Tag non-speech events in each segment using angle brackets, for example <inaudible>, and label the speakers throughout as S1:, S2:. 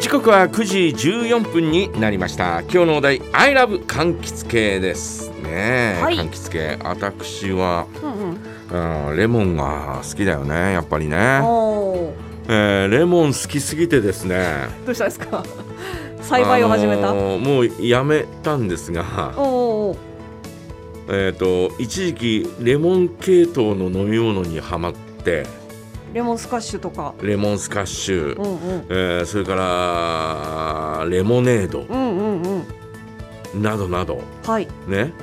S1: 時刻は9時14分になりました今日のお題 I love 柑橘系ですねえ、
S2: はい
S1: 柑橘系私は
S2: うんうん。
S1: うんレモンが好きだよねやっぱりね、
S2: おお。
S1: えーレモン好きすぎてですね
S2: どうしたんですか。 <laughs> 栽培を始めた。
S1: あのーもうやめたんですが
S2: おお。
S1: えっ、と一時期レモン系統の飲み物にはまって
S2: レモンスカッシュとか。
S1: レモンスカッシュ、
S2: うんうん。
S1: えーそれからレモネード
S2: うんうんうん。
S1: などなど
S2: はい。
S1: ね、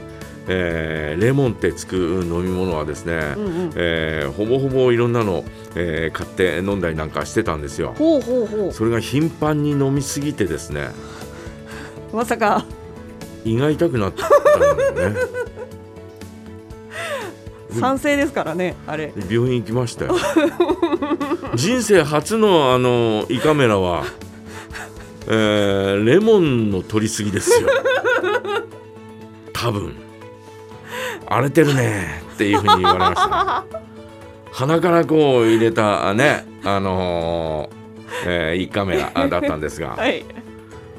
S1: えーレモンってつく飲み物はですね、
S2: うんうん。
S1: えーほぼほぼいろんなの、えー買って飲んだりなんかしてたんですよ
S2: ほうほうほ
S1: それが頻繁に飲みすぎてですね
S2: う。まさか。
S1: 胃が痛くなったんだよね
S2: 賛成ですからね。あれ。
S1: 病院行きましたよ <laughs> 人生初のあの胃カメラは、えーレモンの取りすぎですよ多分荒れてるねっていうふうに言われました、ね、鼻からこう入れたねあのーえー胃カメラあだったんですが、
S2: はい。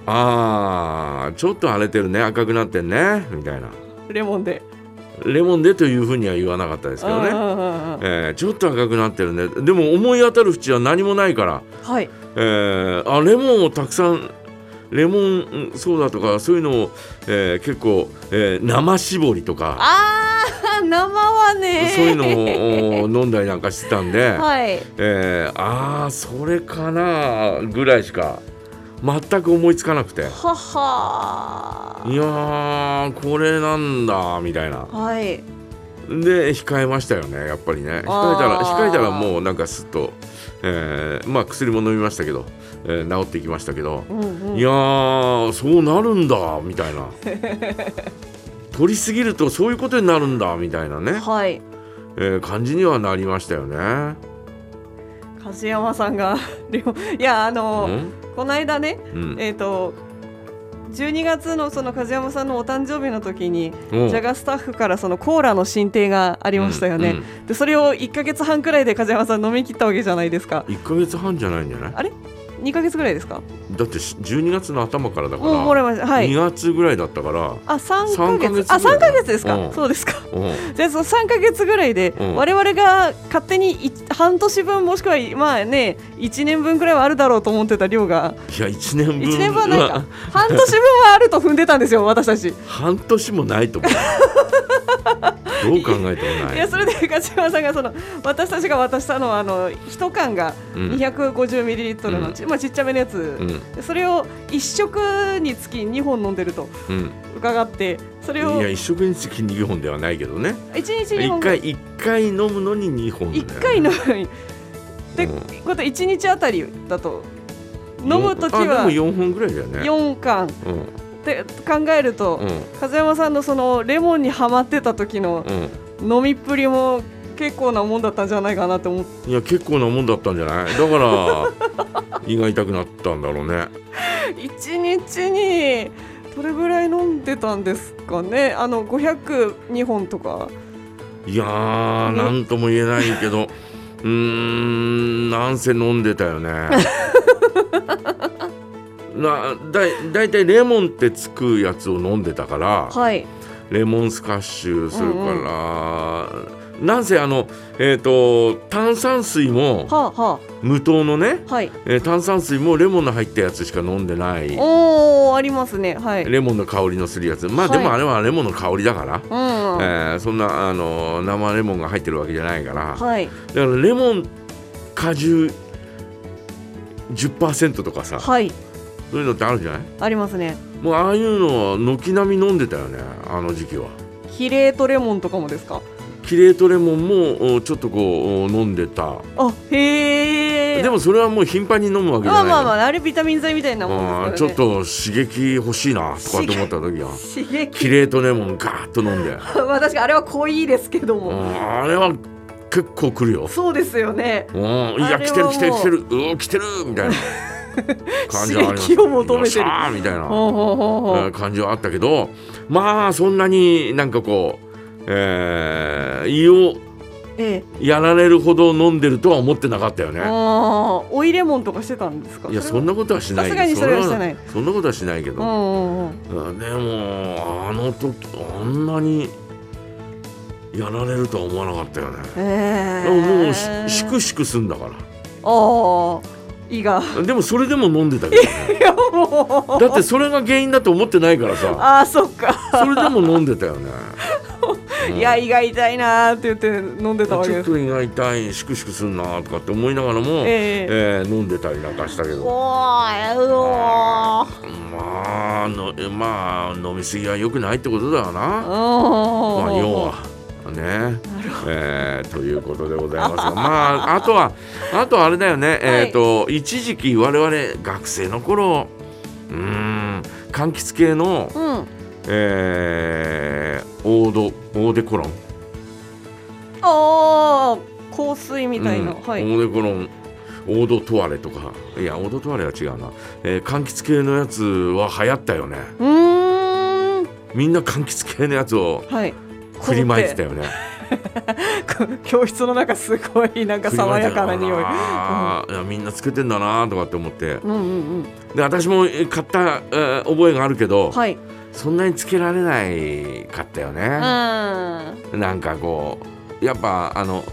S1: あーちょっと荒れてるね赤くなってんねみたいな
S2: レモンで。
S1: レモンでというふうには言わなかったですけどね
S2: うんうんうんうん
S1: えーちょっと赤くなってるねでも思い当たる縁は何もないから、
S2: はい。
S1: えーあレモンをたくさんレモンうんソーダとかそういうのを、えー結構、えー生絞りとか
S2: ああ、生はね。
S1: そういうのをお飲んだりなんかしてたんで、
S2: <laughs> はい。
S1: えーああそれかなぐらいしか全く思いつかなくていや
S2: はは。
S1: ーこれなんだみたいな
S2: はい。
S1: で控えましたよねやっぱりね控えたら
S2: あー
S1: 控えたらもうなんかすっと、えーまあ薬も飲みましたけど、えー治ってきましたけど、
S2: うんうん。
S1: いやーそうなるんだみたい
S2: <laughs>
S1: な取りすぎるとそういうことになるんだみたいなね、
S2: はい。
S1: えー感じにはなりましたよね。
S2: 梶山さんが。 <laughs> レモンいや、あの。
S1: ん
S2: この間ね。
S1: うん
S2: えっ、と12月のその梶山さんのお誕生日の時に
S1: おう
S2: ジャガスタッフからそのコーラの進呈がありましたよね、でそれを1か月半くらいで梶山さん飲み切ったわけじゃないですか
S1: うん1ヶ月半じゃないんじゃない
S2: あれ2か月ぐらいですか
S1: だってし12月の頭からだか
S2: もうもら
S1: ら、
S2: いましたは
S1: 2
S2: い
S1: 月ぐらいだったから
S2: あ三3か月
S1: 三ヶ月ぐらい
S2: あ3か月ですか、
S1: うん
S2: そうですか <laughs>
S1: うん
S2: じゃあその3か月ぐらいで、
S1: うん
S2: 我々が勝手にい半年分もしくはまあね1年分くらいはあるだろうと思ってた量が
S1: いや1年分
S2: 1年分はないか
S1: は
S2: 半年分はあると踏んでたんですよ私たち
S1: 半年もない
S2: <laughs>
S1: と思うどう考えてもないい
S2: やそれで勝山さんがその私たちが渡したのはあの一缶が
S1: うん
S2: 250ミリリットルのち、まあちっちゃめのやつ
S1: う、ん
S2: それを一食につき2本飲んでると
S1: うん
S2: 伺ってそれを
S1: いや一食につき2本ではないけどね
S2: 一日2本
S1: 一
S2: ぐらい
S1: 回一回飲むのに2本だよね
S2: 一回飲むで、
S1: うん
S2: こと一日あたりだと飲む時は
S1: あでも4本ぐらいだよね
S2: 4缶
S1: うん
S2: って考えると、
S1: うん
S2: 風山さんのそのレモンにはまってた時の
S1: う
S2: 飲みっぷりも結構なもんだったんじゃないかなと思って
S1: んいや結構なもんだったんじゃないだから
S2: <laughs>
S1: 胃が痛くなったんだろうね
S2: 一日にどれぐらい飲んでたんですかねあの502本とか
S1: いやー
S2: ね
S1: なんとも言えないけど <laughs> うーんなんせ飲んでたよ
S2: <laughs>
S1: ねなだいだいたいレモンってつくやつを飲んでたから
S2: はい
S1: レモンスカッシュそれから、なんせあのえっ、と炭酸水も
S2: はあ、は
S1: 無糖のね、
S2: あ、はい
S1: えー炭酸水もレモンの入ったやつしか飲んでない
S2: おおありますねはいうん
S1: レモンの香りのするやつまあ、
S2: はい
S1: でもあれはレモンの香りだから、え
S2: は
S1: ーそんなあの生レモンが入ってるわけじゃないから、
S2: い
S1: だからレモン果汁10%とかさ
S2: はい
S1: そういうのってあるじゃない
S2: ありますね
S1: もうああいうのは軒並み飲んでたよねあの時期は。
S2: キレートレモンとかもですか
S1: キレートレモンもおちょっとこうお飲んでた
S2: あへえ
S1: でもそれはもう頻繁に飲むわけじ
S2: ま
S1: ゃ
S2: あまあま
S1: ない
S2: ああれビタミン剤みたいなも
S1: あ
S2: ん
S1: ー
S2: です
S1: ち
S2: か
S1: ょ
S2: ら
S1: っ
S2: ね
S1: と刺激欲しいなとかって思った時は
S2: 刺激 <laughs>
S1: キレートレモンガーッと飲んで
S2: まあ確かにあれは濃いですけど
S1: う
S2: も
S1: んあれは結構くるよ
S2: そうですよね
S1: うんいや
S2: あれ
S1: 来
S2: は
S1: てる
S2: もう
S1: 来てる来てるうお来てるみたいな感じはあります
S2: <laughs> 刺激を求めてる
S1: よっしゃーみたいな
S2: ほうほうほうほ
S1: えー
S2: う
S1: 感じはあったけどまあそんなになんかこう、えー胃を
S2: ええ
S1: やられるほど飲んでるとは思ってなかったよね
S2: ああ追いレモンとかしてたんですか
S1: いや
S2: そ
S1: そ
S2: れ
S1: んなことはしない
S2: さすがにそれはしてない
S1: そんなことはしないけど、
S2: はうんうんうん
S1: うんでもあの時あんなにやられるとは思わなかったよね、
S2: ええ
S1: でももうししくしくすんだか
S2: ああ胃が
S1: らでもそれでも飲んでたけど
S2: <laughs>
S1: ね
S2: いやもう
S1: だってそれが原因だと思ってないから
S2: <laughs>
S1: さ
S2: ああそっか、
S1: それでも飲んでたよね、うん
S2: いや胃が痛いなーって言って飲んで
S1: ち
S2: たわけ
S1: ょ
S2: で
S1: っ
S2: す
S1: と胃が痛いしくしくすんなとかって思いながらも、
S2: え
S1: え
S2: え
S1: ー飲んでたりなんかしたけ
S2: お
S1: ど
S2: ーうおー
S1: まあのまあ飲み過ぎは良くないってことだよなま
S2: ま
S1: あ要はねえーということでございますがまああとはあとはあれだよね、えっ、と一時期我々学生の頃うーん柑橘系の、
S2: うん
S1: えー、オードオーデコロン
S2: ああ香水みたいな、
S1: うん
S2: はい
S1: オーデコロンオードトワレとかいやオードトワレは違うな、えー、柑橘系のやつは流行ったよね
S2: うーん
S1: みんな柑橘系のやつを
S2: はい <laughs>
S1: 振りまいてたよね
S2: こ教室の中すごいなんか爽やかな匂い
S1: あーいやみんなつけてんだなとかって思って
S2: うんうんうん
S1: で私もえー買った、えー覚えがあるけど、
S2: はいうん
S1: そんなにつけられないかったよね、なんかこうやっぱあの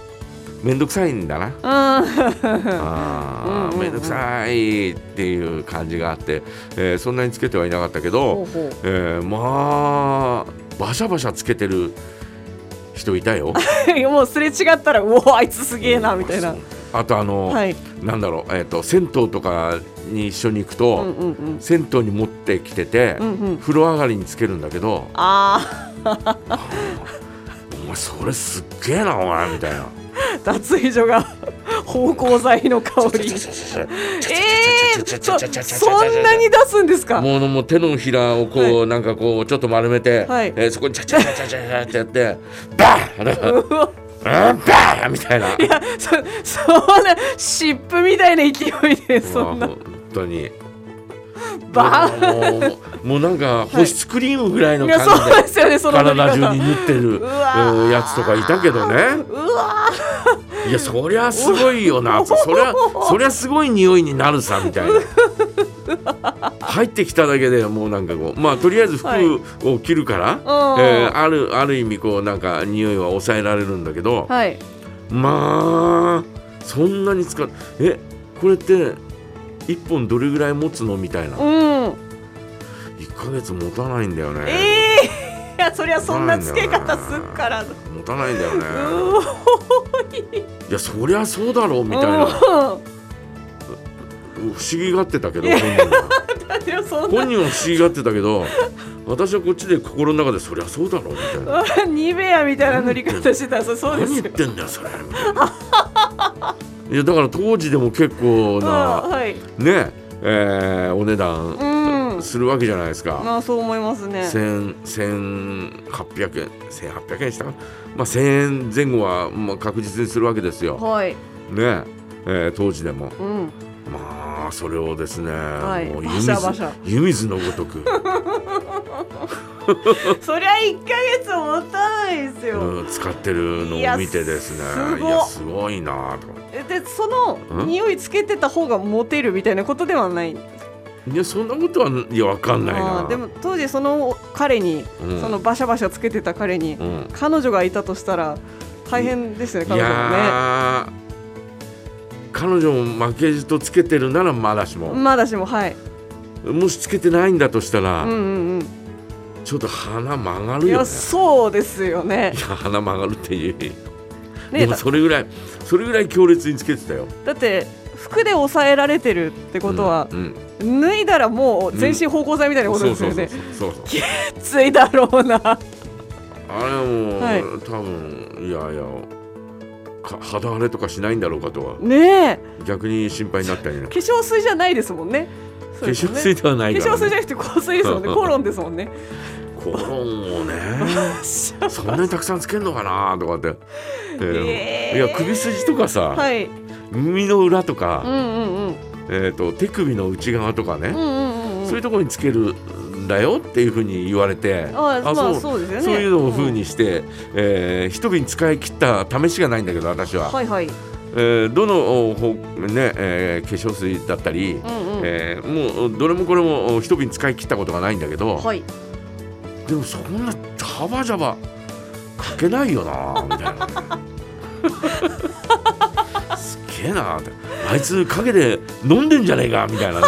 S1: 面倒くさいんだな
S2: うん
S1: あ
S2: うんうんう
S1: ー
S2: ん
S1: 面倒くさいっていう感じがあって、えーそんなにつけてはいなかったけ
S2: ほ
S1: ど
S2: う、ほう
S1: えーまあバシャバシャつけてる人いたよ
S2: もうすれ違ったらうおあ <laughs> いつすげえなみたいな
S1: あとあの、
S2: はい
S1: なんだろう、えー、と銭湯とかに一緒に行く
S2: う
S1: と、
S2: んうんうん
S1: 銭湯に持ってきてて、
S2: うんうん
S1: 風呂上がりにつけるんだけど
S2: あ
S1: 「お前それすっげえなお前」みたいな
S2: あ脱衣所が芳香剤の香りえー、そそんなに出すんですか
S1: もうもう手のひらをこう、
S2: は
S1: なんかこうちょっと丸めて、
S2: はい
S1: えーそこにチャチャチャチャチャチャってやってバーン
S2: うわ
S1: バーンみたいない
S2: やそそんな湿布みたいな勢いでそんな
S1: もう本当に
S2: バーン
S1: もうもうもうなんか保湿クリームぐらいの
S2: いや
S1: 感じで、
S2: そうですよねその乗り
S1: 体
S2: 方
S1: 中に塗ってる
S2: うわー
S1: うんやつとかいたけどね
S2: うわ
S1: いやそりゃすごいよなそりゃそりゃすごい匂いになるさみ
S2: <laughs>
S1: たいな入ってきただけでもうなんかこうまあとりあえず
S2: はい
S1: 服を着るから、
S2: うん
S1: えーあるある意味こうなんか匂いは抑えられるんだけど、
S2: ーはい
S1: まあそんなに使っえこれって1本どれぐらい持つのみたいな
S2: うん
S1: 1ヶ月持たないんだよ
S2: え
S1: ね、
S2: えー、いやそりゃそんなつけ方すっからう
S1: 持たないんだよね
S2: ー
S1: いやそりゃそうだろうみたいな
S2: うん
S1: 不思議がってたけど
S2: いや
S1: 本人は。
S2: だってそん
S1: 本
S2: な
S1: 人は不思議がってたけど私はこっちで心の中でそりゃそうだろうみたいな
S2: ニベアみたいな塗り方してたらそそうで
S1: 何
S2: す
S1: 言っ
S2: よ
S1: てんだよそれみたいないやだから当時でも結構
S2: うん
S1: な
S2: はい
S1: ねえーお値段
S2: うん
S1: するわけじゃないですか
S2: まあそう思いますね
S1: 千1800円1800円したかなまあ1000円前後はまあ確実にするわけですよ
S2: はい
S1: ねええー当時でも
S2: うん
S1: まあそれをですね、
S2: い
S1: もう湯
S2: バシ
S1: 水
S2: ャバシャ
S1: 湯水のごとく、
S2: そりゃ一ヶ月持たないですよ、
S1: うん、使ってるのを見てですねい
S2: いやすご
S1: やすごいなとか
S2: えでその
S1: ん
S2: 匂いつけてた方がモテるみたいなことではない
S1: いやそんなことはいやわかんない
S2: あ
S1: な
S2: ーでも当時その彼に、
S1: うん
S2: そのバシャバシャつけてた彼に、
S1: うん、
S2: 彼女がいたとしたら大変ですよね
S1: い
S2: 彼女
S1: やー彼女も負けじとつけてるならまだし
S2: も
S1: も
S2: ね、まだしもはい
S1: もしつけてないんだとしたら、
S2: うんうんうん
S1: ちょっと鼻曲が
S2: い
S1: るよ
S2: や
S1: ね
S2: そうですよね
S1: いや鼻曲がるっていう、
S2: ね
S1: で
S2: だ
S1: もそれぐらいそれぐらい強烈につけてたよ
S2: だって服で抑えられてるってことは
S1: う、んうん
S2: 脱いだらもう全身芳香剤みたいなこと
S1: そ
S2: で
S1: う
S2: す
S1: そう
S2: よ
S1: そうそ
S2: ね
S1: うそう
S2: <laughs> ついだろうな
S1: あれはもう、
S2: はい
S1: 多分いやいやか肌荒れとかしないんだろうかとは
S2: ねえ
S1: 逆に心配になったりね
S2: 化粧水じゃないですもんね
S1: 化粧水
S2: 化
S1: ではないから、ね、
S2: 粧水じゃなくて香水ですもんねコロンですもんね
S1: コロンをね
S2: <laughs>
S1: そんなにたくさんつけるのかなとかって、えー
S2: えー
S1: いや首筋とかさ、
S2: はい
S1: 耳の裏と
S2: うん
S1: か、
S2: うんうん
S1: えー、と手首の内側とか
S2: うん
S1: ね、
S2: うんうんうん
S1: そういうところにつけるだよっていうふうに言われて
S2: あまあ
S1: そう
S2: そうですよね
S1: そういうのをふうにして、えー一瓶使い切った試しがないんだけど私は、
S2: はいはい
S1: えーどのおほ、ねえー化粧水だったり、
S2: うんうん
S1: えーもうどれもこれもお一瓶使い切ったことがないんだけど、
S2: はい
S1: でもそんなジャバジャバかけないよなみたいな <laughs> ねすっげえなってあいつ陰で飲んでんじゃねえかみたいなね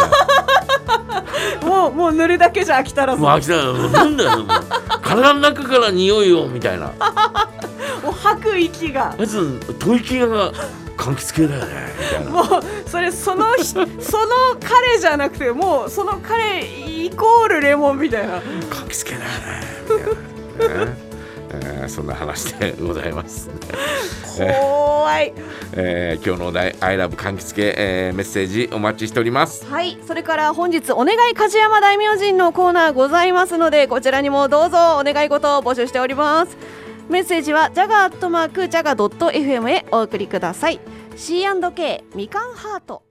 S2: もうもう塗るだけじゃ飽きたらず
S1: もう飽きたもう飲んだよもう体の中から匂いをみたいなあ
S2: もう吐く息が
S1: いつ吐息が柑橘系だよねみたいな
S2: もうそれそのひその彼じゃなくてもうその彼イコールレモンみたいな
S1: 柑橘系だよねみたいなね、えーそんな話でございます、
S2: 怖い
S1: えー今日のお題「ILOVE 柑橘系、えーメッセージお待ちしております
S2: はいそれから本日お願い梶山大名人のコーナーございますのでこちらにもどうぞお願い事を募集しておりますメッセージはジャガーアットマークジャガ .fm へお送りください C&K みかんハート